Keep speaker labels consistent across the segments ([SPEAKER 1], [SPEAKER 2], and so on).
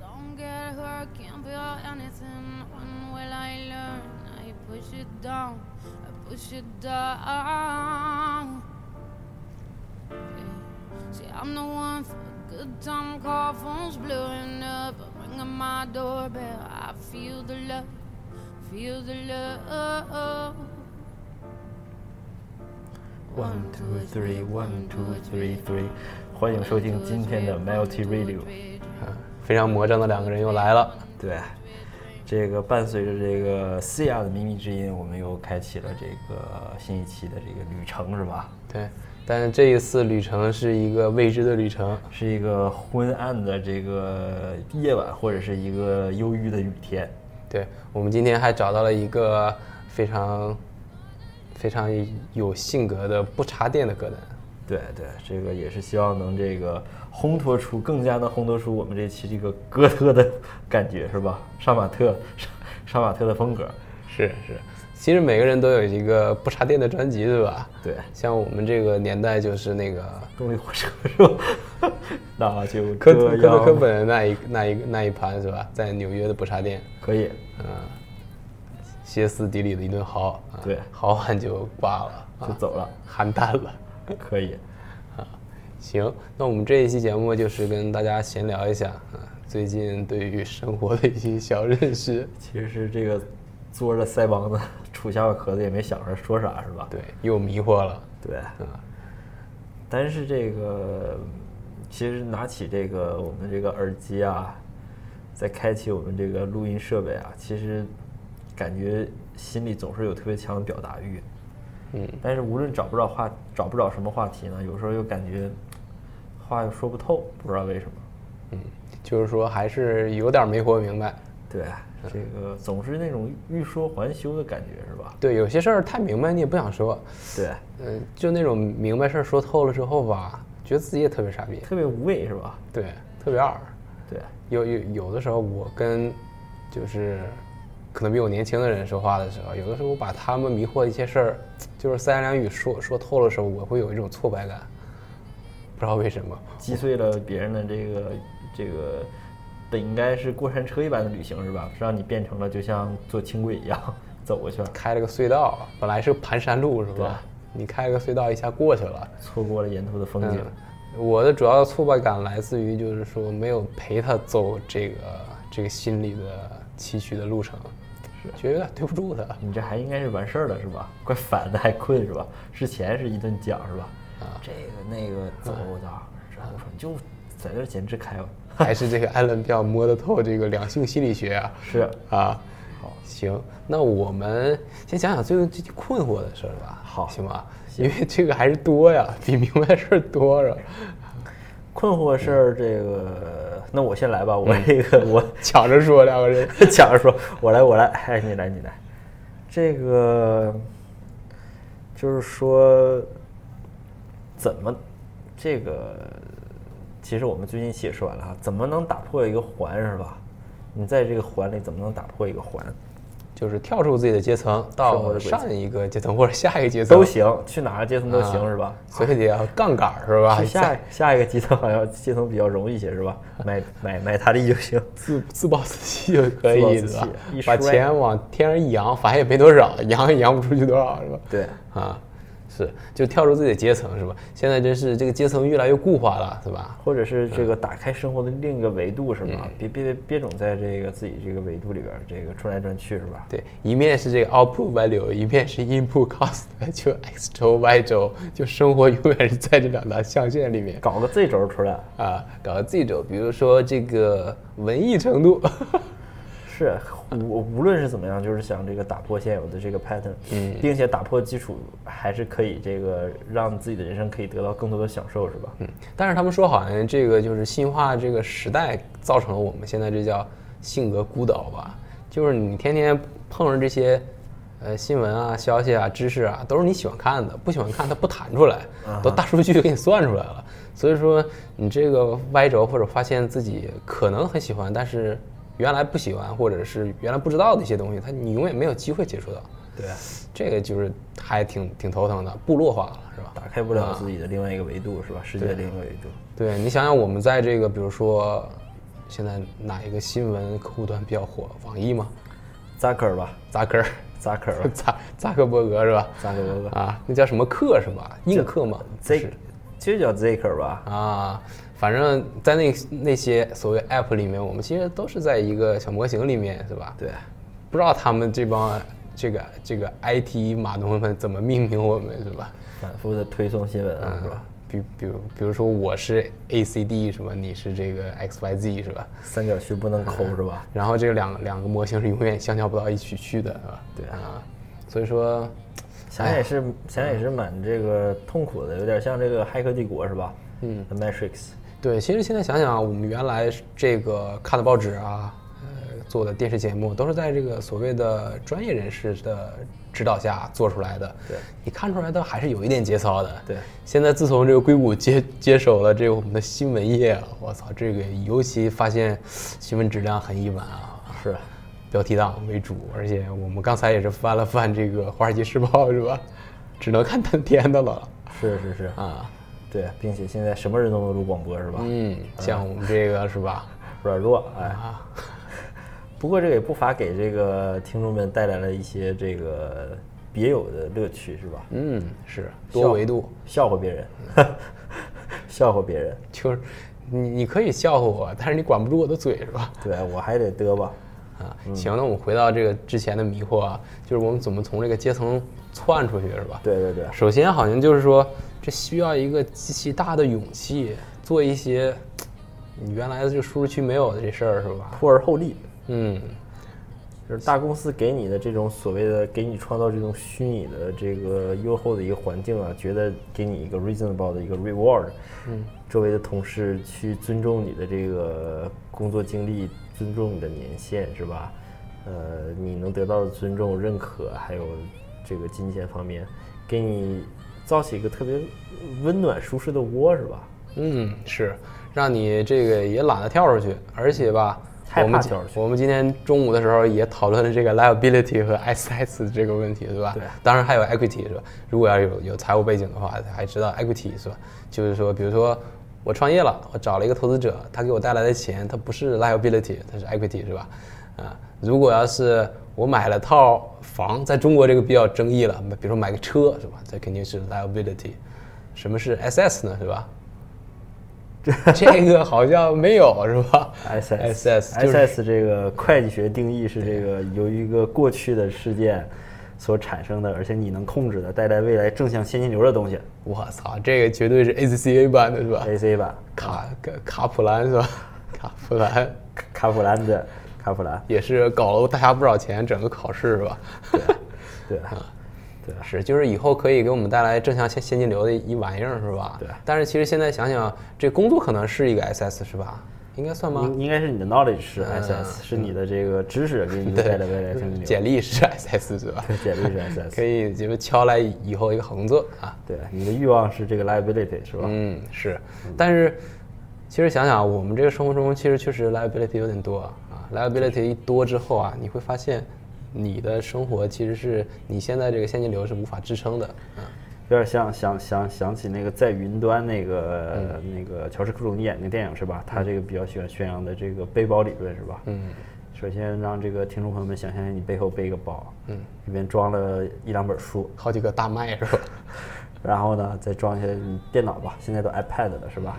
[SPEAKER 1] some girl who I can't feel anything. When will I learn? I push it down, I push it down. Yeah. See, I'm the one for a good time. Call phones blowing up, ringing my doorbell. I feel the love, feel the love.
[SPEAKER 2] One two three, one two three three，欢迎收听今天的 Melty Radio。
[SPEAKER 3] 非常魔怔的两个人又来了。
[SPEAKER 2] 对，这个伴随着这个 C R 的靡靡之音，我们又开启了这个新一期的这个旅程，是吧？
[SPEAKER 3] 对，但这一次旅程是一个未知的旅程，
[SPEAKER 2] 是一个昏暗的这个夜晚，或者是一个忧郁的雨天。
[SPEAKER 3] 对我们今天还找到了一个非常非常有性格的不插电的歌单。
[SPEAKER 2] 对对，这个也是希望能这个烘托出更加能烘托出我们这期这个哥特的感觉，是吧？杀马特，杀杀马特的风格。
[SPEAKER 3] 是是，其实每个人都有一个不插电的专辑，对吧？
[SPEAKER 2] 对
[SPEAKER 3] 像我们这个年代就是那个
[SPEAKER 2] 动力火车是吧？那就
[SPEAKER 3] 科
[SPEAKER 2] 这
[SPEAKER 3] 科特
[SPEAKER 2] 样
[SPEAKER 3] 科本的那一那一那一盘是吧？在纽约的不插电，
[SPEAKER 2] 可以，
[SPEAKER 3] 嗯、歇斯底里的一顿嚎，啊
[SPEAKER 2] 对
[SPEAKER 3] 嚎完就挂了，
[SPEAKER 2] 就
[SPEAKER 3] 啊，
[SPEAKER 2] 走了，
[SPEAKER 3] 邯郸了。
[SPEAKER 2] 可以。
[SPEAKER 3] 行，那我们这一期节目就是跟大家闲聊一下啊，最近对于生活的一些小认识。
[SPEAKER 2] 其实是这个嘬着腮帮子 杵下巴壳子，也没想着说啥，是吧？
[SPEAKER 3] 对，又迷惑了。
[SPEAKER 2] 对
[SPEAKER 3] 啊，
[SPEAKER 2] 但是这个其实拿起这个我们这个耳机啊，再开启我们这个录音设备啊，其实感觉心里总是有特别强的表达欲。
[SPEAKER 3] 嗯，
[SPEAKER 2] 但是无论找不着话，找不着什么话题呢，有时候又感觉话又说不透，不知道为什么。
[SPEAKER 3] 嗯，就是说还是有点没活明白。
[SPEAKER 2] 对，这个总是那种欲说还休的感觉，是吧？
[SPEAKER 3] 对，有些事儿太明白你也不想说，
[SPEAKER 2] 对，
[SPEAKER 3] 嗯、就那种明白事儿说透了之后吧，觉得自己也特别傻逼，
[SPEAKER 2] 特别无味，是吧？
[SPEAKER 3] 对，特别二。
[SPEAKER 2] 对，
[SPEAKER 3] 有有有的时候我跟就是可能比我年轻的人说话的时候，有的时候我把他们迷惑的一些事儿，就是三言两语说说透了的时候，我会有一种挫败感，不知道为什么。
[SPEAKER 2] 击碎了别人的这个这个本应该是过山车一般的旅行，是吧？让你变成了就像坐轻轨一样 走过去了，
[SPEAKER 3] 开了个隧道，本来是盘山路是吧？你开了个隧道一下过去了。
[SPEAKER 2] 错过了沿途的风
[SPEAKER 3] 嗯
[SPEAKER 2] 景。，
[SPEAKER 3] 我的主要的挫败感来自于就是说没有陪他走这个这个心里的崎岖的路程，觉得有点对不住他。
[SPEAKER 2] 你这还应该是完事儿了，是吧？怪烦的，还困是吧？之前是一顿讲是吧？
[SPEAKER 3] 啊嗯
[SPEAKER 2] 这个那个走的，然后我说你就在这儿简直开吧。
[SPEAKER 3] 还是这个艾伦比较摸得透这个两性心理学啊。
[SPEAKER 2] 是，
[SPEAKER 3] 啊，
[SPEAKER 2] 好，
[SPEAKER 3] 行，那我们先讲讲最近最近困惑的事儿吧，
[SPEAKER 2] 好
[SPEAKER 3] 行吧？因为这个还是多呀，比明白事儿多了。
[SPEAKER 2] 困惑事儿这个，那我先来吧，我
[SPEAKER 3] 嗯
[SPEAKER 2] 这个我
[SPEAKER 3] 抢着说两个人，
[SPEAKER 2] 抢着说，我来，我来，哎，你来，你来。这个就是说，怎么这个？其实我们最近一期也说完了哈，怎么能打破一个环是吧？你在这个环里怎么能打破一个环？
[SPEAKER 3] 就是跳出自己的阶层，
[SPEAKER 2] 活
[SPEAKER 3] 到
[SPEAKER 2] 的轨迹
[SPEAKER 3] 上一个阶层或者下一个阶层
[SPEAKER 2] 都。行，去哪个阶层都行、
[SPEAKER 3] 啊
[SPEAKER 2] 是吧？
[SPEAKER 3] 所以得要杠杆儿是吧？
[SPEAKER 2] 去啊下下一个阶层好像阶层比较容易一些是吧？买买买他的就行。
[SPEAKER 3] 自自暴自弃就可
[SPEAKER 2] 自
[SPEAKER 3] 以对
[SPEAKER 2] 暴
[SPEAKER 3] 吧
[SPEAKER 2] 自弃一？
[SPEAKER 3] 把
[SPEAKER 2] 摔
[SPEAKER 3] 钱往天上一扬，反正也没多少，扬也扬不出去多少是吧？
[SPEAKER 2] 对，
[SPEAKER 3] 啊，是就跳出自己的阶层是吧？现在真是这个阶层越来越固化了是吧？
[SPEAKER 2] 或者是
[SPEAKER 3] 嗯
[SPEAKER 2] 这个打开生活的另一个维度是吧？别别别总在这个自己这个维度里边儿这个转来转去是吧？
[SPEAKER 3] 对，一面是这个 output value，一面是 input cost，就 x 轴 y 轴，就生活永远是在这两条象限里面
[SPEAKER 2] 搞个 Z 轴出来
[SPEAKER 3] 啊，搞到 z 轴，比如说这个文艺程度，
[SPEAKER 2] 是我无论是怎么样，就是想这个打破现有的这个 pattern，、并
[SPEAKER 3] 嗯
[SPEAKER 2] 且打破基础，还是可以这个让自己的人生可以得到更多的享受是吧？
[SPEAKER 3] 嗯，但是他们说好像这个就是新化这个时代造成了我们现在这叫性格孤岛吧，就是你天天碰上这些。呃，新闻啊、消息啊、知识啊，都是你喜欢看的，不喜欢看它不弹出来，都大数据给你算出来了。所以说，你这个歪轴或者发现自己可能很喜欢，但是原来不喜欢，或者是原来不知道的一些东西，它你永远没有机会接触到。
[SPEAKER 2] 对，
[SPEAKER 3] 这个就是还挺挺头疼的，部落化了，是吧？
[SPEAKER 2] 打开不了
[SPEAKER 3] 啊
[SPEAKER 2] 自己的另外一个维度是吧？世界另一个维度，
[SPEAKER 3] 对你想想，我们在这个比如说现在哪一个新闻客户端比较火？网易吗？
[SPEAKER 2] 扎克尔吧，
[SPEAKER 3] 扎克尔，，
[SPEAKER 2] 扎克尔吧
[SPEAKER 3] 扎扎克伯格是吧？
[SPEAKER 2] 扎克伯格
[SPEAKER 3] 啊，那叫什么克是吧？映客吗？不是
[SPEAKER 2] ，Z，其实叫 Zaker 吧，
[SPEAKER 3] 啊，反正在那那些所谓 App 里面，我们其实都是在一个小模型里面，是吧？
[SPEAKER 2] 对，
[SPEAKER 3] 不知道他们这帮这个这个 IT 码农们怎么命名我们，是吧？
[SPEAKER 2] 反复的推送新闻啊，
[SPEAKER 3] 嗯
[SPEAKER 2] 是吧？
[SPEAKER 3] 比比如比如说我是 A C D 是吧？你是这个 X Y Z 是吧？
[SPEAKER 2] 三角区不能抠
[SPEAKER 3] 嗯
[SPEAKER 2] 是吧？
[SPEAKER 3] 然后这两两个模型是永远相交不到一起去的，是吧？
[SPEAKER 2] 对
[SPEAKER 3] 啊，所以说
[SPEAKER 2] 想
[SPEAKER 3] 哎
[SPEAKER 2] 想也是，想想也是蛮这个痛苦的，有点像这个《骇客帝国》是吧？嗯，Matrix，
[SPEAKER 3] 对，其实现在想想，我们原来这个看的报纸啊，呃，做的电视节目，都是在这个所谓的专业人士的指导下做出来的。
[SPEAKER 2] 对，
[SPEAKER 3] 你看出来的还是有一点节操的。
[SPEAKER 2] 对
[SPEAKER 3] 现在自从这个硅谷接接手了这个我们的新闻业啊，我操，这个尤其发现新闻质量很一般啊。
[SPEAKER 2] 是啊，
[SPEAKER 3] 标题党为主，而且我们刚才也是翻了翻这个《华尔街时报》，是吧？只能看当天的了
[SPEAKER 2] 是是是，
[SPEAKER 3] 啊。
[SPEAKER 2] 对，并且现在什么人都能录广播是吧？
[SPEAKER 3] 嗯，像我们这个是吧？
[SPEAKER 2] 软弱，哎。
[SPEAKER 3] 啊
[SPEAKER 2] 不过这个也不乏给这个听众们带来了一些这个别有的乐趣，是吧？
[SPEAKER 3] 嗯，是多维度，嗯
[SPEAKER 2] 笑话别人， 笑话别人，
[SPEAKER 3] 就是你你可以笑话我，但是你管不住我的嘴，是吧？
[SPEAKER 2] 对我还得嘚吧。
[SPEAKER 3] 啊，行，那我们回到这个之前的迷惑啊，就是我们怎么从这个阶层窜出去，是吧？
[SPEAKER 2] 对对对，
[SPEAKER 3] 首先好像就是说，这需要一个极其大的勇气，做一些嘖你原来的这个舒适区没有的这事儿，是吧？
[SPEAKER 2] 破而后立，
[SPEAKER 3] 嗯，
[SPEAKER 2] 就是大公司给你的这种所谓的给你创造这种虚拟的这个优厚的一个环境啊，觉得给你一个 reasonable 的一个 reward，嗯，周围的同事去尊重你的这个工作经历，尊重你的年限是吧？呃，你能得到的尊重、认可，还有这个金钱方面，给你造起一个特别温暖、舒适的窝是吧？
[SPEAKER 3] 嗯，是，让你这个也懒得跳出去，而且吧，
[SPEAKER 2] 害
[SPEAKER 3] 我们
[SPEAKER 2] 怕
[SPEAKER 3] 今
[SPEAKER 2] 跳出去
[SPEAKER 3] 我们今天中午的时候也讨论了这个 liability 和 assets 这个问题，对吧？对。当然还有 equity 是吧？如果要有有财务背景的话，还知道 equity 是吧？就是说，比如说我创业了，我找了一个投资者，他给我带来的钱，它不是 liability，它是 equity 是吧？啊，如果要是我买了套房，在中国这个比较争议了，比如说买个车是吧？这肯定是 liability。什么是 SS 呢？是吧？ 这个好像没有是吧
[SPEAKER 2] S
[SPEAKER 3] S S 就是
[SPEAKER 2] S 这个会计学定义是这个由于一个过去的事件所产生的，而且你能控制的，带来未来正向现金流的东西。
[SPEAKER 3] 我操，这个绝对是 A C C A 版的是吧？
[SPEAKER 2] A C 吧，
[SPEAKER 3] 卡卡卡普兰是吧？ 卡普兰
[SPEAKER 2] 卡卡普兰的卡普兰，
[SPEAKER 3] 也是搞了大家不少钱，整个考试是吧？
[SPEAKER 2] 对，
[SPEAKER 3] 啊是，就是以后可以给我们带来正向现现金流的一玩意儿是吧？
[SPEAKER 2] 对
[SPEAKER 3] 但是其实现在想想，这工作可能是一个 S S 是吧？应该算吗？啊嗯
[SPEAKER 2] 应应该是你的 knowledge 是 S S，是你的这个知识给 你带来未来现金流。
[SPEAKER 3] 简历是 S S 是吧？
[SPEAKER 2] 简历是 S
[SPEAKER 3] 可
[SPEAKER 2] S，
[SPEAKER 3] 以就是敲来以后一个好工作啊。
[SPEAKER 2] 对，你的欲望是这个 liability 是吧？
[SPEAKER 3] 嗯，是，但是其实想啊想，我们这个生活中其实确实 liability 有点多啊啊，liability 一多之后啊，你会发现你的生活其实是你现在这个现金流是无法支撑的。嗯，
[SPEAKER 2] 有点像想想想起那个在云端那个、
[SPEAKER 3] 嗯
[SPEAKER 2] 那个乔治克鲁尼演那个电影是吧？他这个比较喜欢宣扬的这个背包理论是吧？嗯。首先让这个听众朋友们想象你背后背一个包，嗯，里面装了一两本书，
[SPEAKER 3] 好几个大麦是吧？
[SPEAKER 2] 然后呢再装一些你电脑吧，现在都 iPad 了是吧？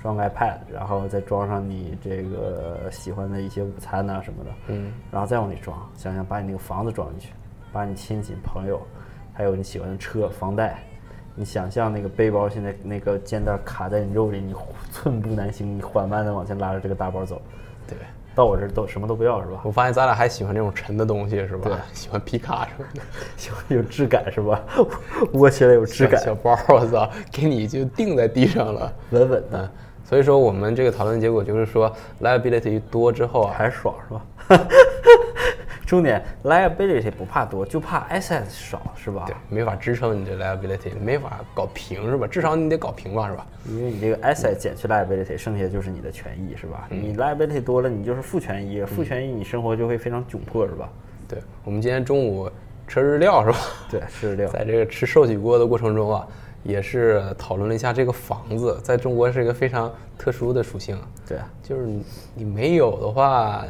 [SPEAKER 2] 装个 iPad，然后再装上你这个喜欢的一些午餐呐、什么的， 嗯，然后再往里装，想想把你那个房子装进去，把你亲戚朋友，还有你喜欢的车、房贷，你想象那个背包现在那个肩带卡在你肉里，你寸步难行，你缓慢的往前拉着这个大包走，
[SPEAKER 3] 对，
[SPEAKER 2] 到我这儿都什么都不要是吧？
[SPEAKER 3] 我发现咱俩还喜欢这种沉的东西是吧？喜欢皮卡什么的，
[SPEAKER 2] 喜欢 有质感是吧？窝起来有质感，
[SPEAKER 3] 小包，我操，给你就定在地上了。
[SPEAKER 2] 稳稳的，
[SPEAKER 3] 嗯，所以说我们这个讨论结果就是说，liability 一多之后啊，
[SPEAKER 2] 还是爽是吧？ 重点 liability 不怕多，就怕 assets 少是吧
[SPEAKER 3] 对？，没法支撑你这 liability，没法搞平是吧？至少你得搞平吧是吧？
[SPEAKER 2] 因为你这个 asset 减去 liability，剩下就是你的权益是吧？你 liability 多了，你就是负权益，负权益你生活就会非常窘迫是吧？
[SPEAKER 3] 对，我们今天中午吃日料是吧？
[SPEAKER 2] 对，是这样。
[SPEAKER 3] 在这个吃寿喜锅的过程中啊，也是讨论了一下这个房子在中国是一个非常特殊的属性，
[SPEAKER 4] 对啊，
[SPEAKER 3] 就是你你没有的话，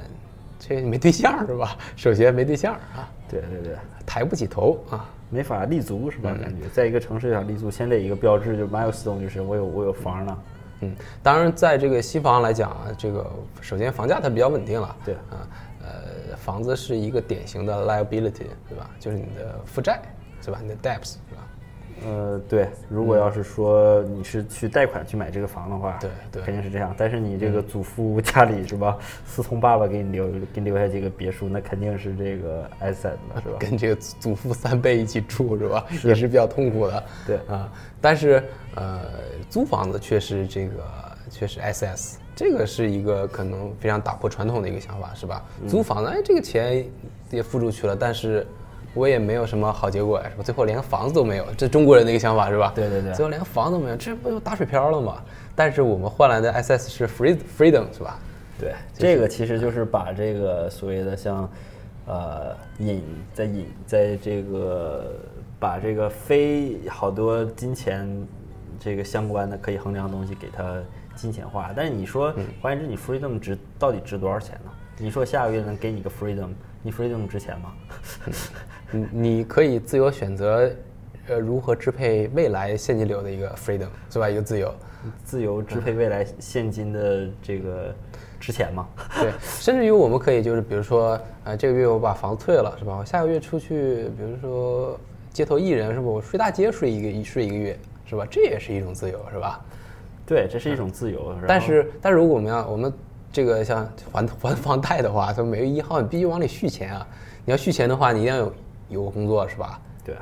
[SPEAKER 3] 这没对象儿是吧？首先没对象儿啊，
[SPEAKER 4] 对对对，
[SPEAKER 3] 抬不起头啊。
[SPEAKER 2] 没法立足是吧？感觉在一个城市想立足，先得一个标志，就 milestone，就是我有我有房了。
[SPEAKER 3] 嗯，当然，在这个西方来讲啊，这个首先房价它比较稳定了，
[SPEAKER 2] 对
[SPEAKER 3] 啊，呃，房子是一个典型的 liability，对吧？就是你的负债，是吧？你的 debts，是吧？
[SPEAKER 2] 呃，对，如果要是说你是去贷款去买这个房的话，
[SPEAKER 3] 嗯对对嗯
[SPEAKER 2] 肯定是这样。但是你这个祖父家里是吧，思聪爸爸给你留给你留下这个别墅，那肯定是这个 asset 嘛，是吧？
[SPEAKER 3] 跟这个祖祖父三辈一起住，是吧？也是比较痛苦的，
[SPEAKER 2] 对
[SPEAKER 3] 啊。但是呃，租房子却是这个却是 SS，这个是一个可能非常打破传统的一个想法，是吧？
[SPEAKER 2] 嗯
[SPEAKER 3] 租房子，哎，这个钱也付出去了，但是。我也没有什么好结果，是吧？最后连个房子都没有，这中国人的一个想法是吧？
[SPEAKER 2] 对对对
[SPEAKER 3] 最后连个房子都没有，这不就打水漂了吗？但是我们换来的 SS 是 free freedom 是吧？
[SPEAKER 2] 对，这个其实就是把这个所谓的像，呃，引在引在这个把这个非好多金钱这个相关的可以衡量的东西给它金钱化。但是你说，
[SPEAKER 3] 嗯
[SPEAKER 2] 换言之，你 freedom 值到底值多少钱呢？你说下个月能给你个 freedom，你 freedom 值钱吗？
[SPEAKER 3] 嗯你你可以自由选择，呃，如何支配未来现金流的一个 freedom 是吧？一个自由，
[SPEAKER 2] 自由支配未来现金的这个值钱吗？
[SPEAKER 3] 对，甚至于我们可以就是比如说，呃，这个月我把房子退了是吧？我下个月出去，比如说街头艺人是吧？我睡大街睡一个一睡一个月是吧？这也是一种自由是吧？
[SPEAKER 2] 对，这是啊一种自由。然
[SPEAKER 3] 但
[SPEAKER 2] 后
[SPEAKER 3] 是但是如果我们要我们这个像还还房贷的话，从每月一号你必须往里续钱啊！你要续钱的话，你一定要有有个工作是吧？
[SPEAKER 2] 对，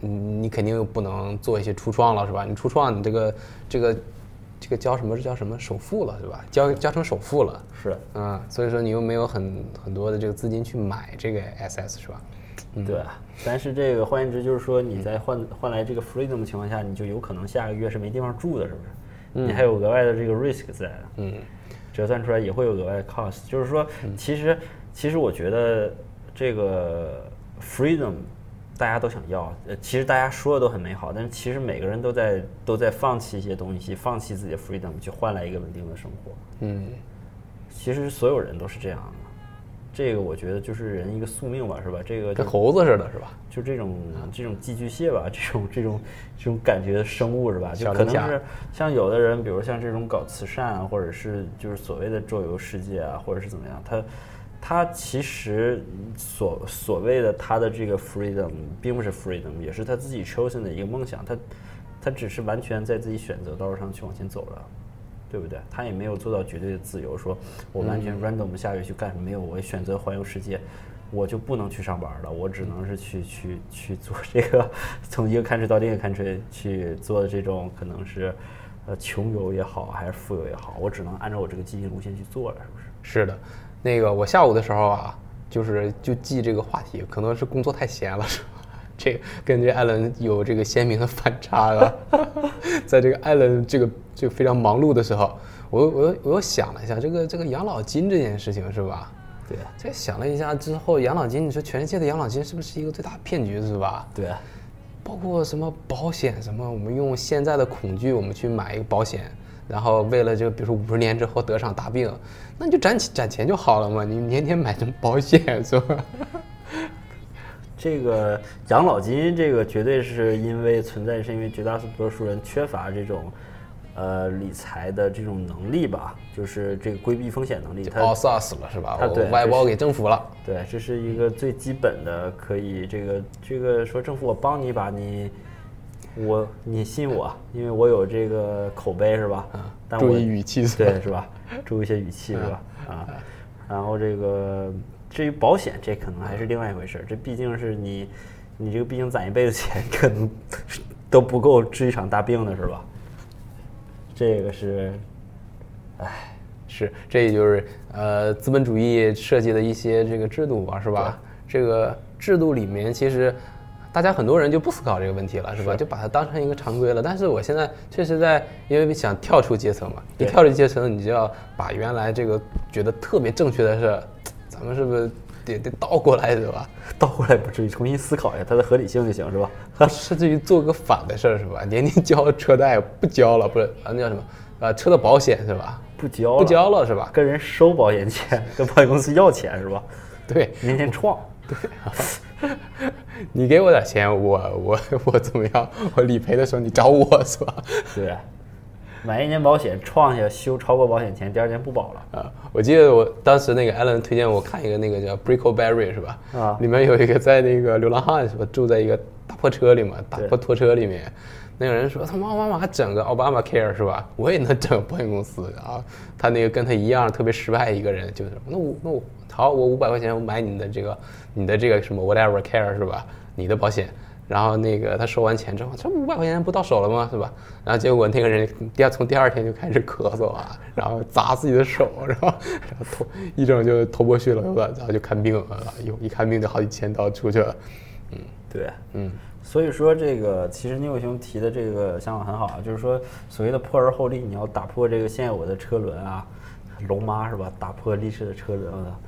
[SPEAKER 3] 你你肯定不能做一些初创了，是吧？你初创，你这个这个这个交什么叫什么首付了，是吧？交交成首付了，
[SPEAKER 2] 是。
[SPEAKER 3] 嗯，所以说你又没有很很多的这个资金去买这个 SS，是吧？嗯
[SPEAKER 2] 对，啊但是这个换言之，就是说你在换换来这个 freedom 的情况下，你就有可能下个月是没地方住的，是不是？你
[SPEAKER 3] 嗯
[SPEAKER 2] 还有额外的这个 risk 在，嗯，折算出来也会有额外的 cost。就是说，
[SPEAKER 3] 嗯
[SPEAKER 2] 其实其实我觉得这个 freedom 大家都想要，呃，其实大家说的都很美好，但是其实每个人都在都在放弃一些东西，放弃自己的 freedom 去换来一个稳定的生活。
[SPEAKER 3] 嗯，
[SPEAKER 2] 其实所有人都是这样的，这个我觉得就是人一个宿命吧，是吧？这个就
[SPEAKER 3] 跟猴子似的，是吧？
[SPEAKER 2] 就这种
[SPEAKER 3] 嗯
[SPEAKER 2] 这种寄居蟹吧， 这种这种这种感觉的生物是吧？就
[SPEAKER 3] 小
[SPEAKER 2] 可
[SPEAKER 3] 龙
[SPEAKER 2] 能
[SPEAKER 3] 虾
[SPEAKER 2] 是像有的人，比如像这种搞慈善啊，或者是就是所谓的周游世界啊，或者是怎么样，他他其实所所谓的他的这个 freedom 并不是 freedom，也是他自己 chosen 的一个梦想，他他只是完全在自己选择道路上去往前走了。对不对？他也没有做到绝对的自由，说我完
[SPEAKER 3] 嗯
[SPEAKER 2] 全 random 下个月去干什么？没有，我选择环游世界，我就不能去上班了，我只能是去去去做这个，从一个 country 到另一个 country 去做这种可能是，呃，穷游也好，还是富游也好，我只能按照我这个既定路线去做了，是不是？
[SPEAKER 3] 是的，那个我下午的时候啊，就是就记这个话题，可能是工作太闲了，是吧？这个跟这艾伦有这个鲜明的反差了。 在这个艾伦这个这个非常忙碌的时候，我又我又我又想了一下，这个这个养老金这件事情是吧？
[SPEAKER 2] 对啊
[SPEAKER 3] 这想了一下之后，养老金，你说全世界的养老金是不是一个最大骗局是吧？
[SPEAKER 2] 对啊，
[SPEAKER 3] 包括什么保险什么，我们用现在的恐惧，我们去买一个保险，然后为了这个，比如说五十年之后得场大病，那你就攒攒钱就好了嘛，你年年买什么保险是吧？
[SPEAKER 2] 这个养老金，这个绝对是因为存在，是因为绝大多数人缺乏这种，呃，理财的这种能力吧，就是这个规避风险能力。他
[SPEAKER 3] 包 SARS 了是吧？
[SPEAKER 2] 啊
[SPEAKER 3] 我
[SPEAKER 2] 对
[SPEAKER 3] 外
[SPEAKER 2] 这
[SPEAKER 3] 包
[SPEAKER 2] 是
[SPEAKER 3] 给政府了，
[SPEAKER 2] 对，这是一个最基本的，可以这个这个说政府我帮你一把，你我你信我，因为我有这个口碑是吧？但
[SPEAKER 3] 嗯注
[SPEAKER 2] 我
[SPEAKER 3] 意语气嗯是吧？
[SPEAKER 2] 对是吧？注意一些语气是吧？啊，然后这个至于保险，这可能还是另外一回事儿，这毕竟是你你这个毕竟攒一辈子钱，可能都不够治一场大病的是吧？这个是
[SPEAKER 3] 是，这也就是呃资本主义设计的一些这个制度吧，是吧？这个制度里面其实。大家很多人就不思考这个问题了，是吧？就把它当成一个常规了。但是我现在确实在，因为想跳出阶层嘛，一
[SPEAKER 2] 对
[SPEAKER 3] 跳出阶层，你就要把原来这个觉得特别正确的事，咱们是不是得得倒过来，对吧？
[SPEAKER 2] 倒过来不至于，重新思考一下它的合理性就行，是吧？
[SPEAKER 3] 甚至于做个反的事儿是吧？年年交车贷不交了，不是啊，那叫什么？啊，车的保险是吧？
[SPEAKER 2] 不交了
[SPEAKER 3] 不交了是吧？
[SPEAKER 2] 跟人收保险钱，跟保险公司要钱是吧？
[SPEAKER 3] 对
[SPEAKER 2] 年年创，
[SPEAKER 3] 你给我点钱，我我我怎么样？ 我理赔的时候你找我是吧？
[SPEAKER 2] 对，买一年保险创下修超过保险钱，第二年不保了。
[SPEAKER 3] 啊，我记得我当时那个 Alan 推荐我看一个那个叫《Brickleberry》是吧？
[SPEAKER 2] 啊
[SPEAKER 3] 里面有一个在那个流浪汉是吧，住在一个大破车里嘛，大破拖车里面，那个人说他妈奥巴马整个奥巴马 Care 是吧？我也能整保险公司啊！他那个跟他一样特别失败一个人，就是那我那我好，我五百块钱我买你的这个你的这个什么 whatever care 是吧？你的保险。然后那个他收完钱之后，这五百块钱不到手了吗？是吧？然后结果那个人第二从第二天就开始咳嗽啊， 然后砸自己的手，然后然后头一整就头破血流了，然后就看病了，有一看病就好几千刀出去了。
[SPEAKER 2] 对，
[SPEAKER 3] 嗯，
[SPEAKER 2] 所以说这个其实牛兄提的这个想法很好，啊就是说所谓的破而后立，你要打破这个现有的车轮啊，龙妈是吧？打破历史的车轮啊。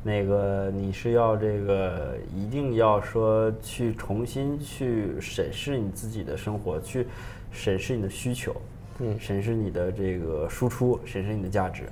[SPEAKER 2] 那个你是要这个一定要说去重新去审视你自己的生活，去审视你的需求，嗯，审视你的这个输出，审视你的价值，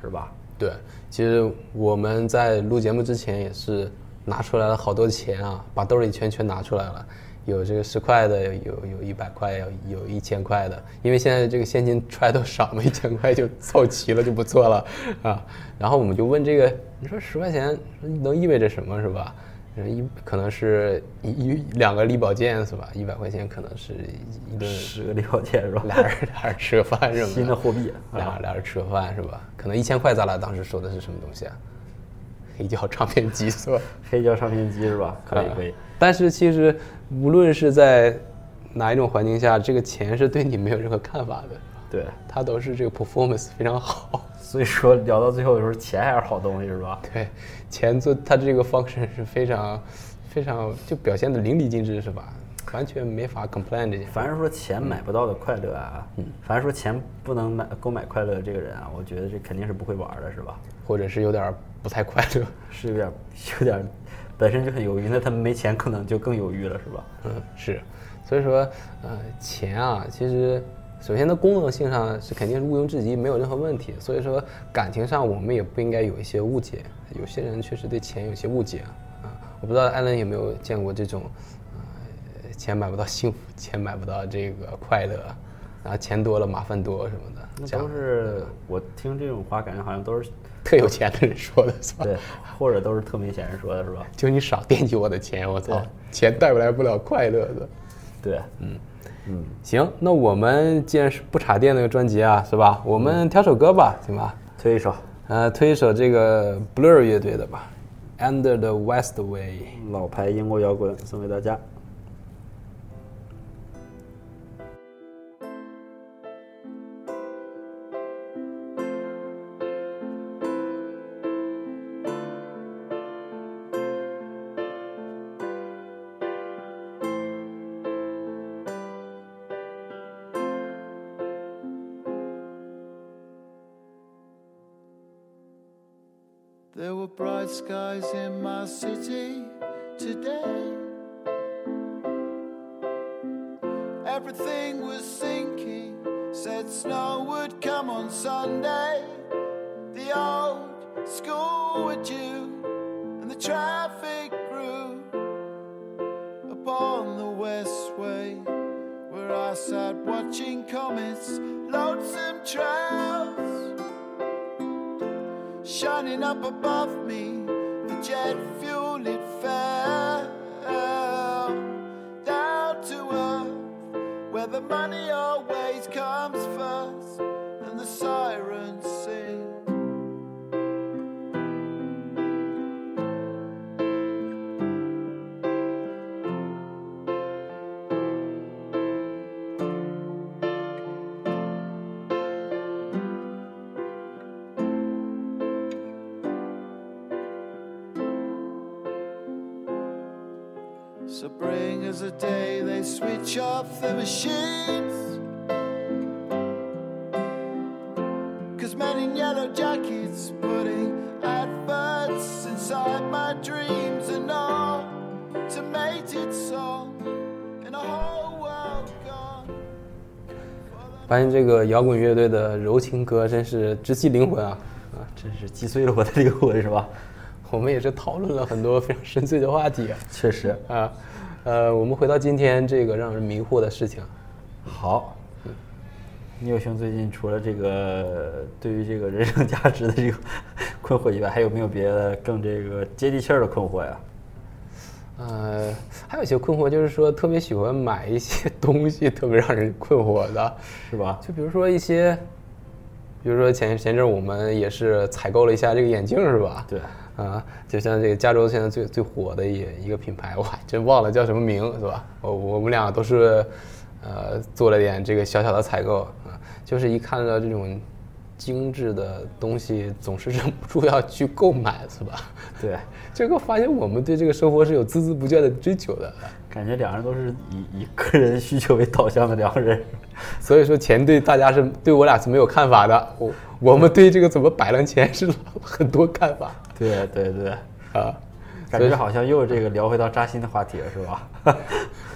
[SPEAKER 2] 是吧？
[SPEAKER 3] 对，其实我们在录节目之前也是拿出来了好多钱啊，把兜里钱全拿出来了，有这个十块的，有有一百块，有有一千块的，因为现在这个现金揣都少嘛，一千块就凑齐了就不错了啊。然后我们就问这个，你说十块钱能意味着什么是吧？嗯一可能是一一两个力保健是吧？一百块钱可能是一一顿
[SPEAKER 2] 十个六件是吧？
[SPEAKER 3] 俩人俩人吃个饭什么的，
[SPEAKER 2] 新的货币啊
[SPEAKER 3] 俩啊俩人吃个饭是吧？可能一千块，咱俩当时说的是什么东西啊？ 黑胶唱片机是吧？
[SPEAKER 2] 黑胶唱片机是吧？ 可以可以
[SPEAKER 3] 啊。但是其实无论是在哪一种环境下，这个钱是对你没有任何看法的，
[SPEAKER 2] 对，
[SPEAKER 3] 它都是这个 performance 非 常好。
[SPEAKER 2] 所以说聊到最后的时候，钱还是好东西是吧？
[SPEAKER 3] 对，钱做它这个 function 是非常非常就表现的淋漓尽致是吧？完全没法 complain 这件事。
[SPEAKER 2] 凡是说钱买不到的快乐啊，凡是说钱不能买购买快乐的这个人啊，我觉得这肯定是不会玩的，是吧？
[SPEAKER 3] 或者是有点不太快乐。
[SPEAKER 2] 是有点有点本身就很犹豫，那他们没钱可能就更犹豫了，是吧？
[SPEAKER 3] 嗯，是，所以说，呃，钱啊，其实首先它功能性上是肯定是毋庸置疑，没有任何问题。所以说，感情上我们也不应该有一些误解，有些人确实对钱有些误解啊。我不知道艾伦有没有见过这种，呃，钱买不到幸福，钱买不到这个快乐，啊然后钱多了麻烦多什么的，
[SPEAKER 2] 那
[SPEAKER 3] 这样
[SPEAKER 2] 都是我听这种话，感觉好像都是
[SPEAKER 3] 特有钱的人说的是吧？
[SPEAKER 2] 对， 或者都是特没钱人说的，是吧？
[SPEAKER 3] 就你少惦记我的钱，我操，钱带不来不了快乐的。
[SPEAKER 2] 对，嗯
[SPEAKER 3] 行，那我们既然是不插电那个专辑啊，是吧？我们挑首歌吧，行吧？
[SPEAKER 2] 推一首
[SPEAKER 3] 呃，推一首这个 Blur 乐队的吧，《Under the West Way》。
[SPEAKER 2] 老牌英国摇滚送给大家。
[SPEAKER 5] There were bright skies in my city today. Everything was sinking, said snow would come on Sunday. The old school were due, and the traffic grew upon the west way, where I sat watching comets, lonesome trails shining up above me. The jet fuel it fell down to earth, where the money always comes first, and the sirens sing. So bring us a day they switch off the machines. Cause many in yellow jackets, putting adverts inside my dreams and all tomated song, and a whole world gone.
[SPEAKER 3] 发现这个摇滚乐队的柔情歌真是直击灵魂啊！啊，
[SPEAKER 4] 真是击碎了我的灵魂，是吧？
[SPEAKER 3] 我们也是讨论了很多非常深邃的话题啊
[SPEAKER 4] 确实，
[SPEAKER 3] 啊。呃，我们回到今天这个让人迷惑的事情，
[SPEAKER 4] 好。
[SPEAKER 2] 聂友兄最近除了这个对于这个人生价值的这个困惑以外，还有没有别的更这个接地气儿的困惑呀？
[SPEAKER 3] 呃，还有一些困惑，就是说特别喜欢买一些东西，特别让人困惑的，啊
[SPEAKER 2] 是吧？
[SPEAKER 3] 就比如说一些，比如说前前阵儿我们也是采购了一下这个眼镜，是吧？
[SPEAKER 2] 对
[SPEAKER 3] 啊，就像这个加州现在最最火的一一个品牌，我还真忘了叫什么名，是吧？我我们俩都是，呃，做了点这个小小的采购啊，就是一看到这种精致的东西，总是忍不住要去购买，是吧？
[SPEAKER 2] 对，
[SPEAKER 3] 结果发现我们对这个生活是有孜孜不倦的追求的，
[SPEAKER 2] 感觉两人都是以以个人需求为导向的两个人。
[SPEAKER 3] 所以说钱对大家是对我俩是没有看法的，我我们对这个怎么摆烂钱是很多看法
[SPEAKER 2] 对对对，
[SPEAKER 3] 啊。
[SPEAKER 2] 感觉好像又这个聊回到扎心的话题了，是吧？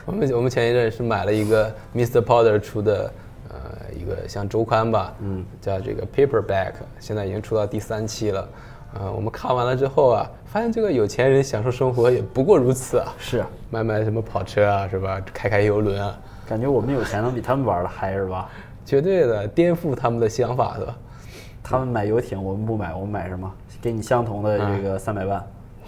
[SPEAKER 3] 我们我们前一阵是买了一个 Mr. Powder 出的呃一个像周刊吧，嗯，叫这个 Paperback，现在已经出到第三期了。呃，我们看完了之后啊，发现这个有钱人享受生活也不过如此啊，
[SPEAKER 2] 是，
[SPEAKER 3] 买买什么跑车啊，是吧？开开游轮啊，
[SPEAKER 2] 感觉我们有钱能比他们玩的嗨，是吧？
[SPEAKER 3] 绝对的颠覆他们的想法的。
[SPEAKER 2] 他们买游艇，我们不买，我们买什么？给你相同的这个三百万，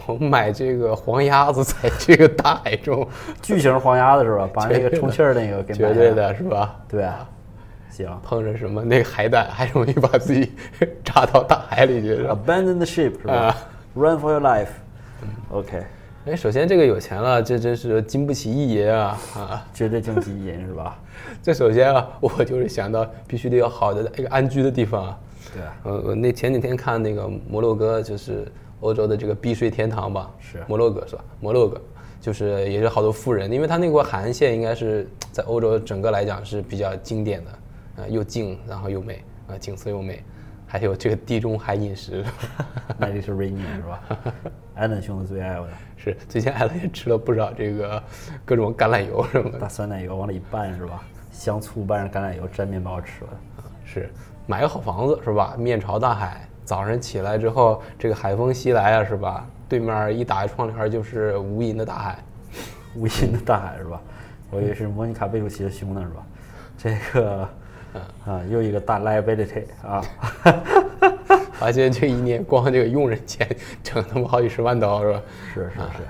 [SPEAKER 3] 我们 买这个黄鸭子在这个大海中，
[SPEAKER 2] 巨型黄鸭子是吧？把那个充气儿那个给买
[SPEAKER 3] 绝
[SPEAKER 2] 了
[SPEAKER 3] 对，的是吧？
[SPEAKER 2] 对啊，行。
[SPEAKER 3] 碰着什么那个海胆，还容易把自己 炸到大海里去，是吧？
[SPEAKER 2] Abandon the ship 是吧
[SPEAKER 3] 啊
[SPEAKER 2] ？Run for your life。OK，
[SPEAKER 3] 哎，首先这个有钱了，这真是经不起一爷啊啊！
[SPEAKER 2] 绝对正极人是吧？
[SPEAKER 3] 这首先啊，我就是想到必须得有好的一个安居的地方啊。
[SPEAKER 2] 对啊
[SPEAKER 3] 呃，我那前几天看那个摩洛哥，就是欧洲的这个避税天堂吧？
[SPEAKER 2] 是
[SPEAKER 3] 摩洛哥是吧？摩洛哥就是也是好多富人，因为它那块海岸线应该是在欧洲整个来讲是比较经典的，呃，又近然后又美啊、景色又美，还有这个地中海饮食。
[SPEAKER 2] ，Mediterranean 是吧？艾伦兄弟最爱我的，
[SPEAKER 3] 是最近艾伦也吃了不少这个各种橄榄油什么的
[SPEAKER 2] 把。酸奶油往里一拌是吧？香醋拌上橄榄油蘸面包吃吧。
[SPEAKER 3] 是买个好房子是吧？面朝大海，早上起来之后，这个海风袭来啊，是吧？对面一打开窗帘就是无垠的大海。
[SPEAKER 2] 无垠的大海是吧？我以为是莫妮卡贝鲁奇的胸呢是吧？这个
[SPEAKER 3] 嗯
[SPEAKER 2] 啊，又一个大 liability 啊，
[SPEAKER 3] 发现啊这一年光这个佣人钱 整他妈好几十万刀是吧？
[SPEAKER 2] 是是是，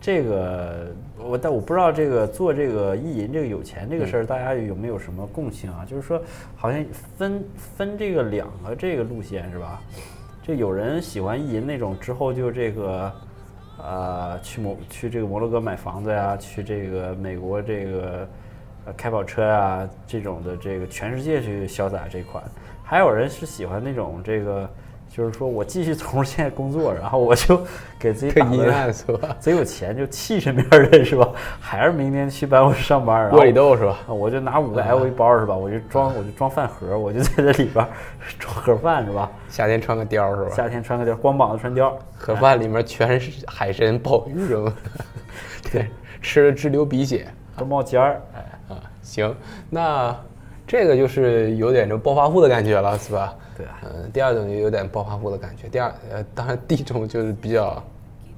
[SPEAKER 2] 这个我但我不知道这个做这个意淫这个有钱这个事儿，大家有没有什么共性啊？就是说，好像分分这个两个这个路线是吧？就有人喜欢意淫那种之后就这个。呃，去摩去这个摩洛哥买房子呀，去这个美国这个呃开跑车啊这种的，这个全世界去潇洒这款。还有人是喜欢那种这个，就是说我继续从事现在工作，然后我就给自己
[SPEAKER 3] 特
[SPEAKER 2] 打
[SPEAKER 3] 阴
[SPEAKER 2] 了
[SPEAKER 3] 暗是吧？
[SPEAKER 2] 贼有钱，就气身边人是吧？还是明天去办公室上班，然后
[SPEAKER 3] 窝里嗯斗是吧？
[SPEAKER 2] 啊我就拿五个 LV 包是吧？我就装我就装饭盒，我就在这里边儿 装盒饭是吧？
[SPEAKER 3] 夏天穿个貂是吧？
[SPEAKER 2] 夏天穿个貂，光膀子穿貂，
[SPEAKER 3] 盒饭里面全是海参、鲍鱼什么的，对， 吃的直流鼻血。
[SPEAKER 2] 都冒尖儿，哎
[SPEAKER 3] 啊，行，那这个就是有点这暴发户的感觉了，是吧？
[SPEAKER 2] 对啊
[SPEAKER 3] 嗯、第二种也有点暴发户的感觉。第二，呃，当然第一种就是比较，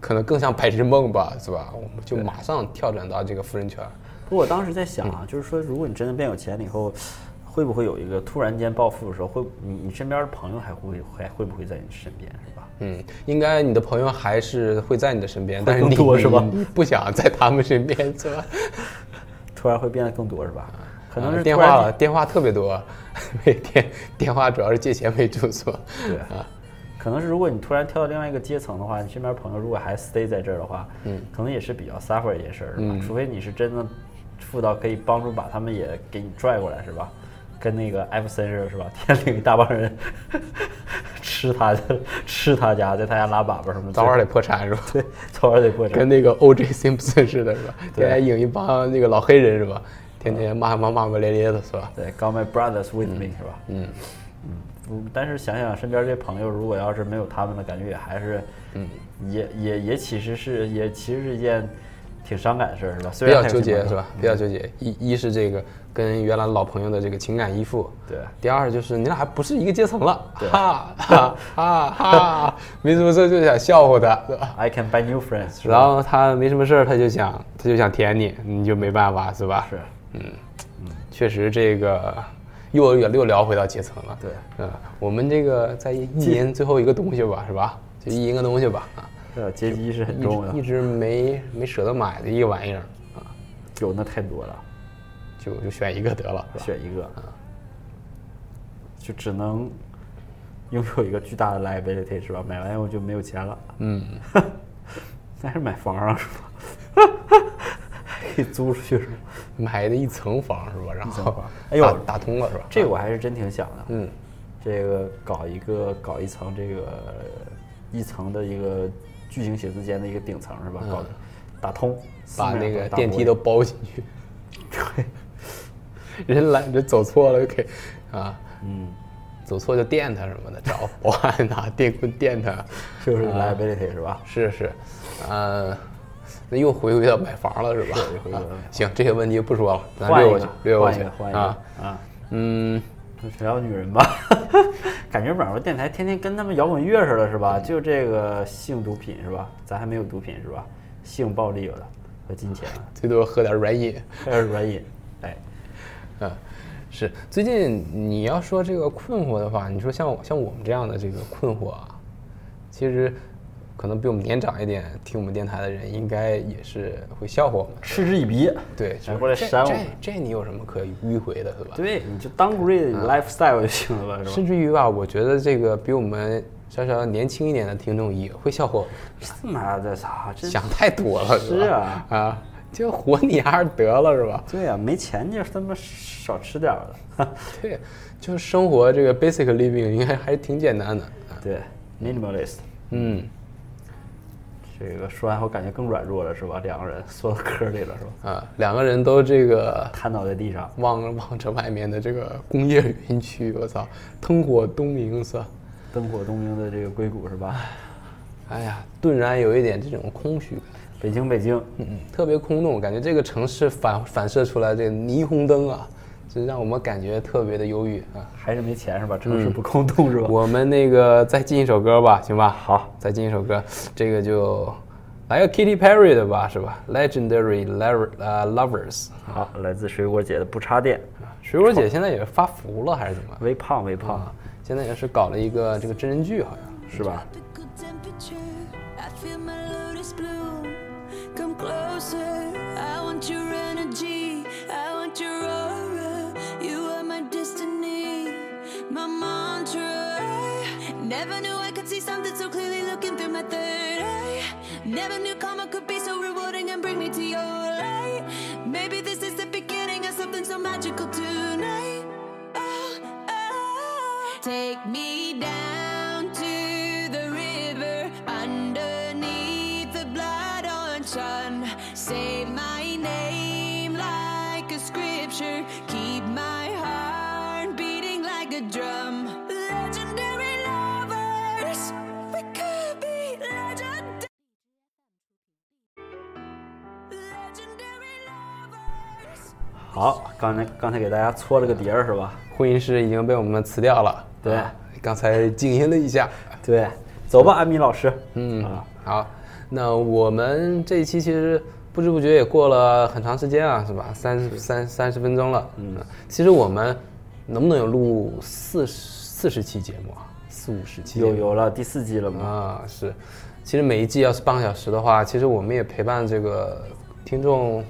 [SPEAKER 3] 可能更像白日梦吧，是吧？我们就马上跳转到这个富人圈儿。
[SPEAKER 2] 不过我当时在想
[SPEAKER 3] 嗯
[SPEAKER 2] 啊，就是说，如果你真的变有钱了以后，会不会有一个突然间暴富的时候，会你你身边的朋友还会还会不会在你身边，是吧？
[SPEAKER 3] 嗯，应该你的朋友还是会在你的身边，但是
[SPEAKER 2] 更
[SPEAKER 3] 你
[SPEAKER 2] 多是吧
[SPEAKER 3] 你不想在他们身边， 是吧？
[SPEAKER 2] 突然会变得更多，是吧？可能
[SPEAKER 3] 啊
[SPEAKER 2] 是
[SPEAKER 3] 电
[SPEAKER 2] 突然
[SPEAKER 3] 话
[SPEAKER 2] 间
[SPEAKER 3] 了，电话特别多， 每天电话主要是借钱为主，是吧？
[SPEAKER 2] 对
[SPEAKER 3] 啊，
[SPEAKER 2] 可能是如果你突然跳到另外一个阶层的话，你身边朋友如果还 stay 在这儿的话，嗯，可能也是比较 suffer 一些事儿，是吧？
[SPEAKER 3] 嗯
[SPEAKER 2] 除非你是真的富到可以帮助把他们也给你拽过来，是吧？跟那个艾弗森似的，是吧？ 天天一大帮人 吃他的，吃他家，在他家拉粑粑什么的，
[SPEAKER 3] 早晚得破产，是吧？
[SPEAKER 2] 对， 早晚得破产。
[SPEAKER 3] 跟那个 O.J. Simpson 似的，是吧？
[SPEAKER 2] 对
[SPEAKER 3] 天天影一帮那个老黑人是吧？天天骂骂骂骂咧咧的是吧？
[SPEAKER 2] 对，刚 my brothers with me、是吧？嗯嗯，嗯但是想想身边这朋友，如果要是没有他们的感觉，也还是，嗯，也也也其实是也其实是一件挺伤感的事儿，是吧？虽
[SPEAKER 3] 比
[SPEAKER 2] 然
[SPEAKER 3] 较
[SPEAKER 2] 啊他有
[SPEAKER 3] 纠
[SPEAKER 2] 这么多嗯
[SPEAKER 3] 结是吧？？比较纠结，一一是这个跟原来老朋友的这个情感依附，
[SPEAKER 2] 对
[SPEAKER 3] 第二就是你俩还不是一个阶层了，
[SPEAKER 2] 对
[SPEAKER 3] 哈哈哈哈， 没什么事儿就想笑话他，对吧？
[SPEAKER 2] I can buy new friends，是吧
[SPEAKER 3] 然后他没什么事儿，他就想他就想舔你，你就没办法是吧？
[SPEAKER 2] 是，
[SPEAKER 3] 确实这个又又又聊回到阶层了。
[SPEAKER 2] 对，
[SPEAKER 3] 嗯，我们这个在一年最后一个东西吧，是吧？就一年个东西吧，啊，
[SPEAKER 2] 对，阶级是很
[SPEAKER 3] 一
[SPEAKER 2] 重
[SPEAKER 3] 直一
[SPEAKER 2] 要，
[SPEAKER 3] 直没没舍得买的一个玩意儿啊，
[SPEAKER 2] 有那太多了，
[SPEAKER 3] 就就选一个得了，是吧？
[SPEAKER 2] 选一个，嗯就只能拥有一个巨大的 liability，是吧？买完以后就没有钱了，
[SPEAKER 3] 嗯，
[SPEAKER 2] 但是买房啊，是吧？ 可以租出去是吧？
[SPEAKER 3] 买的一层房是吧？然
[SPEAKER 2] 层
[SPEAKER 3] 后
[SPEAKER 2] 房
[SPEAKER 3] 打，
[SPEAKER 2] 哎呦
[SPEAKER 3] 打通了是吧？
[SPEAKER 2] 这个我还是真挺想的，
[SPEAKER 3] 嗯，
[SPEAKER 2] 这个搞一个搞一层这个一层的一个巨型写字间的一个顶层是吧？搞的打通，四
[SPEAKER 3] 嗯把
[SPEAKER 2] 面
[SPEAKER 3] 那个
[SPEAKER 2] 打
[SPEAKER 3] 电
[SPEAKER 2] 玻
[SPEAKER 3] 梯
[SPEAKER 2] 璃
[SPEAKER 3] 都包进 去，对，人来人走错了就给啊，
[SPEAKER 2] 嗯，
[SPEAKER 3] 走错就电他什么的，找保安拿电棍电他，
[SPEAKER 2] 就是
[SPEAKER 3] 嗯
[SPEAKER 2] liability 是吧？
[SPEAKER 3] 是是，呃，那又回归到买房了是吧？
[SPEAKER 2] 又回归到买房
[SPEAKER 3] 啊行，这些问题不说了，咱
[SPEAKER 2] 换
[SPEAKER 3] 略
[SPEAKER 2] 一
[SPEAKER 3] 过
[SPEAKER 2] 个
[SPEAKER 3] 去，略过
[SPEAKER 2] 换一
[SPEAKER 3] 去
[SPEAKER 2] 个换一个
[SPEAKER 3] 啊。
[SPEAKER 2] 啊！
[SPEAKER 3] 嗯，
[SPEAKER 2] 聊女人吧， 感觉软弱电台天天跟他们摇滚乐似的，是吧？就这个性毒品是吧？咱还没有毒品是吧？性暴力有的和金钱，啊
[SPEAKER 3] 最多喝点软饮。
[SPEAKER 2] 还有软饮，哎，
[SPEAKER 3] 嗯，是。最近你要说这个困惑的话，你说像我像我们这样的这个困惑啊，其实可能比我们年长一点，听我们电台的人应该也是会笑话我们。
[SPEAKER 2] 嗤之以鼻。
[SPEAKER 3] 对，是
[SPEAKER 2] 来
[SPEAKER 3] 吧
[SPEAKER 2] 过来
[SPEAKER 3] 这
[SPEAKER 2] 扇我
[SPEAKER 3] 这
[SPEAKER 2] 们
[SPEAKER 3] 这你有什么可迂回的，是吧？
[SPEAKER 2] 对，你就 downgrade lifestyle 就行了吧，是吧？
[SPEAKER 3] 甚至于吧，我觉得这个比我们稍稍年轻一点的听众也会笑话我们。
[SPEAKER 2] 这妈的操，这
[SPEAKER 3] 想太多了，
[SPEAKER 2] 是
[SPEAKER 3] 吧
[SPEAKER 2] 啊
[SPEAKER 3] 啊，就活你丫得了是吧？
[SPEAKER 2] 对呀、没钱就他妈少吃点儿了。
[SPEAKER 3] 对，就是生活这个 basic living 应该还是挺简单的。
[SPEAKER 2] 对，minimalist，
[SPEAKER 3] 嗯，
[SPEAKER 2] 这个说完后感觉更软弱了，是吧？两个人缩到壳里了，是吧？
[SPEAKER 3] 啊，两个人都这个
[SPEAKER 2] 瘫倒在地上，
[SPEAKER 3] 望望着外面的这个工业园区，我操，灯火通明是吧？
[SPEAKER 2] 灯火通明的这个硅谷，是吧？
[SPEAKER 3] 哎呀，顿然有一点这种空虚感，
[SPEAKER 2] 北京，北京，
[SPEAKER 3] 嗯，特别空洞，感觉这个城市反反射出来这个霓虹灯啊，这让我们感觉特别的忧郁啊。
[SPEAKER 2] 还是没钱是吧？城市不空洞是吧？
[SPEAKER 3] 我们那个再进一首歌吧，行吧？
[SPEAKER 2] 好，
[SPEAKER 3] 再进一首歌，这个就来个 Katy Perry 的吧，是吧？Legendary Lover 呃 Lovers，
[SPEAKER 2] 好，来自水果姐的不插电，
[SPEAKER 3] 水果姐现在也是发福了还是怎么？
[SPEAKER 2] 微胖微胖，
[SPEAKER 3] 啊，现在也是搞了一个这个真人剧，好像。
[SPEAKER 2] 嗯是吧？
[SPEAKER 6] tropical temperature. I feel my lotus bloom. Come closer. I want your energy. I want your aura. You are my destiny, my mantra. Never knew I could see something so clearly looking through my third eye. Never knew karma could be so rewarding and bring me to your light. Maybe this is the beginning of something so magical tonight. Oh, oh. Take me down to the river underneath the blood on sun. Say my name like a scripture. Keep my heart beating like a drum. Legendary lovers, we could be legend. Legendary lovers.
[SPEAKER 2] 好，刚才刚才给大家搓了个碟儿是吧？
[SPEAKER 3] 婚姻师已经被我们辞掉了，
[SPEAKER 2] 对
[SPEAKER 3] 啊刚才静音了一下。
[SPEAKER 2] 对，走吧，安米老师，嗯啊，
[SPEAKER 3] 好，那我们这一期其实不知不觉也过了很长时间啊，是吧？三十三三十分钟了。嗯，其实我们能不能有录四十四十期节目啊？四五十期节目
[SPEAKER 2] 有有了第四季了嘛？
[SPEAKER 3] 啊，是。其实每一季要是半个小时的话，其实我们也陪伴这个听众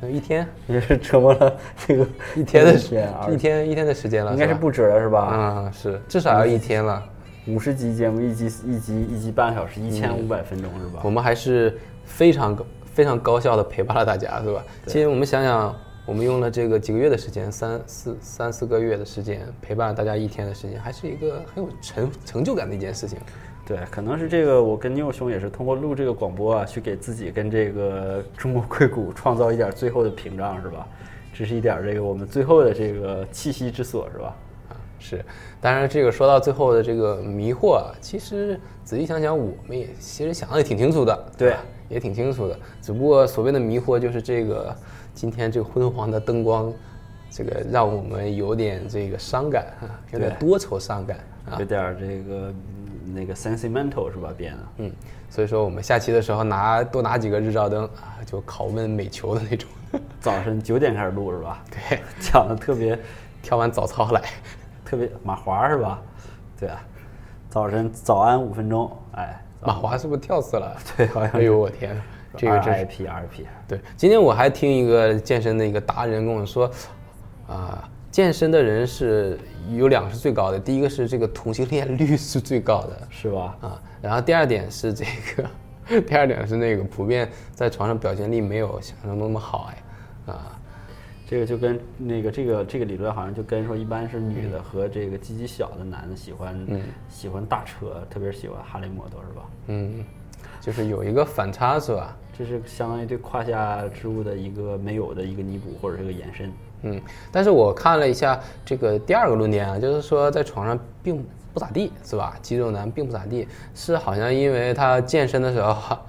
[SPEAKER 3] 呃一天
[SPEAKER 2] 也是折磨了这个
[SPEAKER 3] 一天的
[SPEAKER 2] 一
[SPEAKER 3] 时
[SPEAKER 2] 天，二
[SPEAKER 3] 一天一天的时间了，
[SPEAKER 2] 应该是
[SPEAKER 3] 吧
[SPEAKER 2] 不止了是吧？
[SPEAKER 3] 啊，是至少要一天了。
[SPEAKER 2] 五十集节目，一集一集一集半个小时，一千五百分钟是吧
[SPEAKER 3] 我？们还是非常高非常高效的陪伴了大家，是吧？其实我们想想，我们用了这个几个月的时间，三四三四个月的时间陪伴了大家一天的时间，还是一个很有成成就感的一件事情。
[SPEAKER 2] 对，可能是这个，我跟牛兄也是通过录这个广播啊，去给自己跟这个中国硅谷创造一点最后的屏障，是吧？这是一点这个我们最后的这个栖息之所，是吧？
[SPEAKER 3] 是，当然这个说到最后的这个迷惑啊，其实仔细想想，我们也其实想的也挺清楚的，
[SPEAKER 2] 对
[SPEAKER 3] 吧也挺清楚的。只不过所谓的迷惑，就是这个今天这个昏黄的灯光，这个让我们有点这个伤感啊，有点
[SPEAKER 2] 对
[SPEAKER 3] 多愁伤感啊
[SPEAKER 2] 有。点儿这个嗯那个 sentimental 是吧？变的，
[SPEAKER 3] 嗯，所以说我们下期的时候拿多拿几个日照灯啊，就拷问美球的那种，
[SPEAKER 2] 早晨九点开始录是吧？
[SPEAKER 3] 对，
[SPEAKER 2] 讲的特别
[SPEAKER 3] 跳完早操来。
[SPEAKER 2] 特别马华是吧？对啊，早晨早安五分钟，哎，
[SPEAKER 3] 马华是不是跳死了？
[SPEAKER 2] 对好像是哎
[SPEAKER 3] 哎呦我天，这个真是
[SPEAKER 2] RIP RIP，
[SPEAKER 3] 对，今天我还听一个健身的一个达人跟我说，啊、健身的人是有两个是最高的，第一个是这个同性恋率是最高的
[SPEAKER 2] 是吧？
[SPEAKER 3] 啊，然后第二点是这个， 第二点是那个普遍在床上表现力没有想象中那么好哎，啊，
[SPEAKER 2] 这个就跟那个这个这个理论好像就跟说，一般是女的和这个鸡鸡小的男的喜欢、喜欢大车，特别是喜欢哈雷摩托是吧？
[SPEAKER 3] 嗯，就是有一个反差是吧？
[SPEAKER 2] 这是相当于对胯下之物的一个没有的一个弥补或者是个延伸。
[SPEAKER 3] 嗯，但是我看了一下这个第二个论点啊，就是说在床上并不咋地，是吧？肌肉男并不咋地，是好像因为他健身的时候花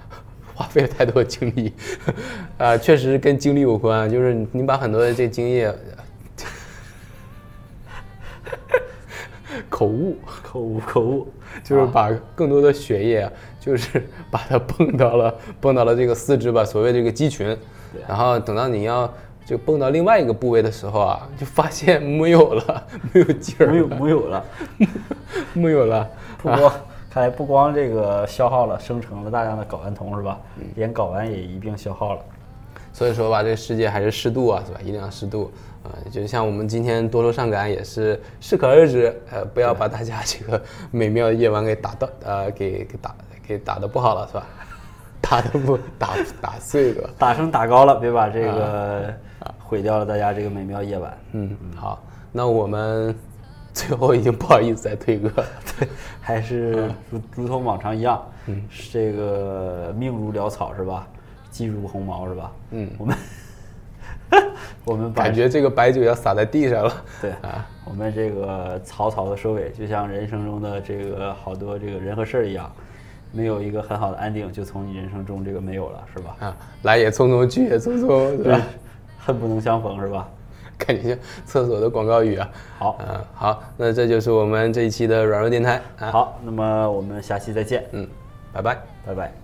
[SPEAKER 3] 花费了太多的精力， 啊、确实跟精力有关，啊就是你把很多的这精液 口误，
[SPEAKER 2] 口误口误，啊
[SPEAKER 3] 就是把更多的血液，啊就是 把它蹦到了蹦到了这个四肢吧，所谓这个肌群，
[SPEAKER 2] 啊
[SPEAKER 3] 然后等到你要就蹦到另外一个部位的时候啊，就发现没有了，没有劲儿了，
[SPEAKER 2] 没有没有了，
[SPEAKER 3] 没有了，
[SPEAKER 2] 不光、看来不光这个消耗了，生成了大量的睾丸酮是吧？连睾丸也一并消耗了。
[SPEAKER 3] 所以说吧，这个世界还是适度啊，是吧？一定要适度。呃，就像我们今天多愁善感也是适可而止，呃，不要把
[SPEAKER 2] 啊
[SPEAKER 3] 大家这个美妙的夜晚给打到，呃，给给打给打的不好了，是吧？ 打的不打打碎了。
[SPEAKER 2] 打声打高了，别把这个毁掉了大家这个美妙夜晚。
[SPEAKER 3] 嗯，好，那我们 最后已经不好意思再推歌了， 对，
[SPEAKER 2] 还是
[SPEAKER 3] 嗯
[SPEAKER 2] 如如同往常一样，是这个命如潦草是吧？疾如鸿毛是吧？嗯，我们 我们把
[SPEAKER 3] 感觉这个白酒要洒在地上了。
[SPEAKER 2] 对
[SPEAKER 3] 啊，
[SPEAKER 2] 我们这个草草的收尾，就像人生中的这个好多这个人和事儿一样，没有一个很好的安定，就从你人生中这个没有了是吧？
[SPEAKER 3] 啊，来也匆匆，去也匆匆，对吧？
[SPEAKER 2] 恨不能相逢是吧？
[SPEAKER 3] 感觉像厕所的广告语啊。
[SPEAKER 2] 好
[SPEAKER 3] 嗯、好，那这就是我们这一期的软弱电台啊。，
[SPEAKER 2] 好，那么我们下期再见，
[SPEAKER 3] 嗯，拜拜。
[SPEAKER 2] 拜拜。
[SPEAKER 6] Oh,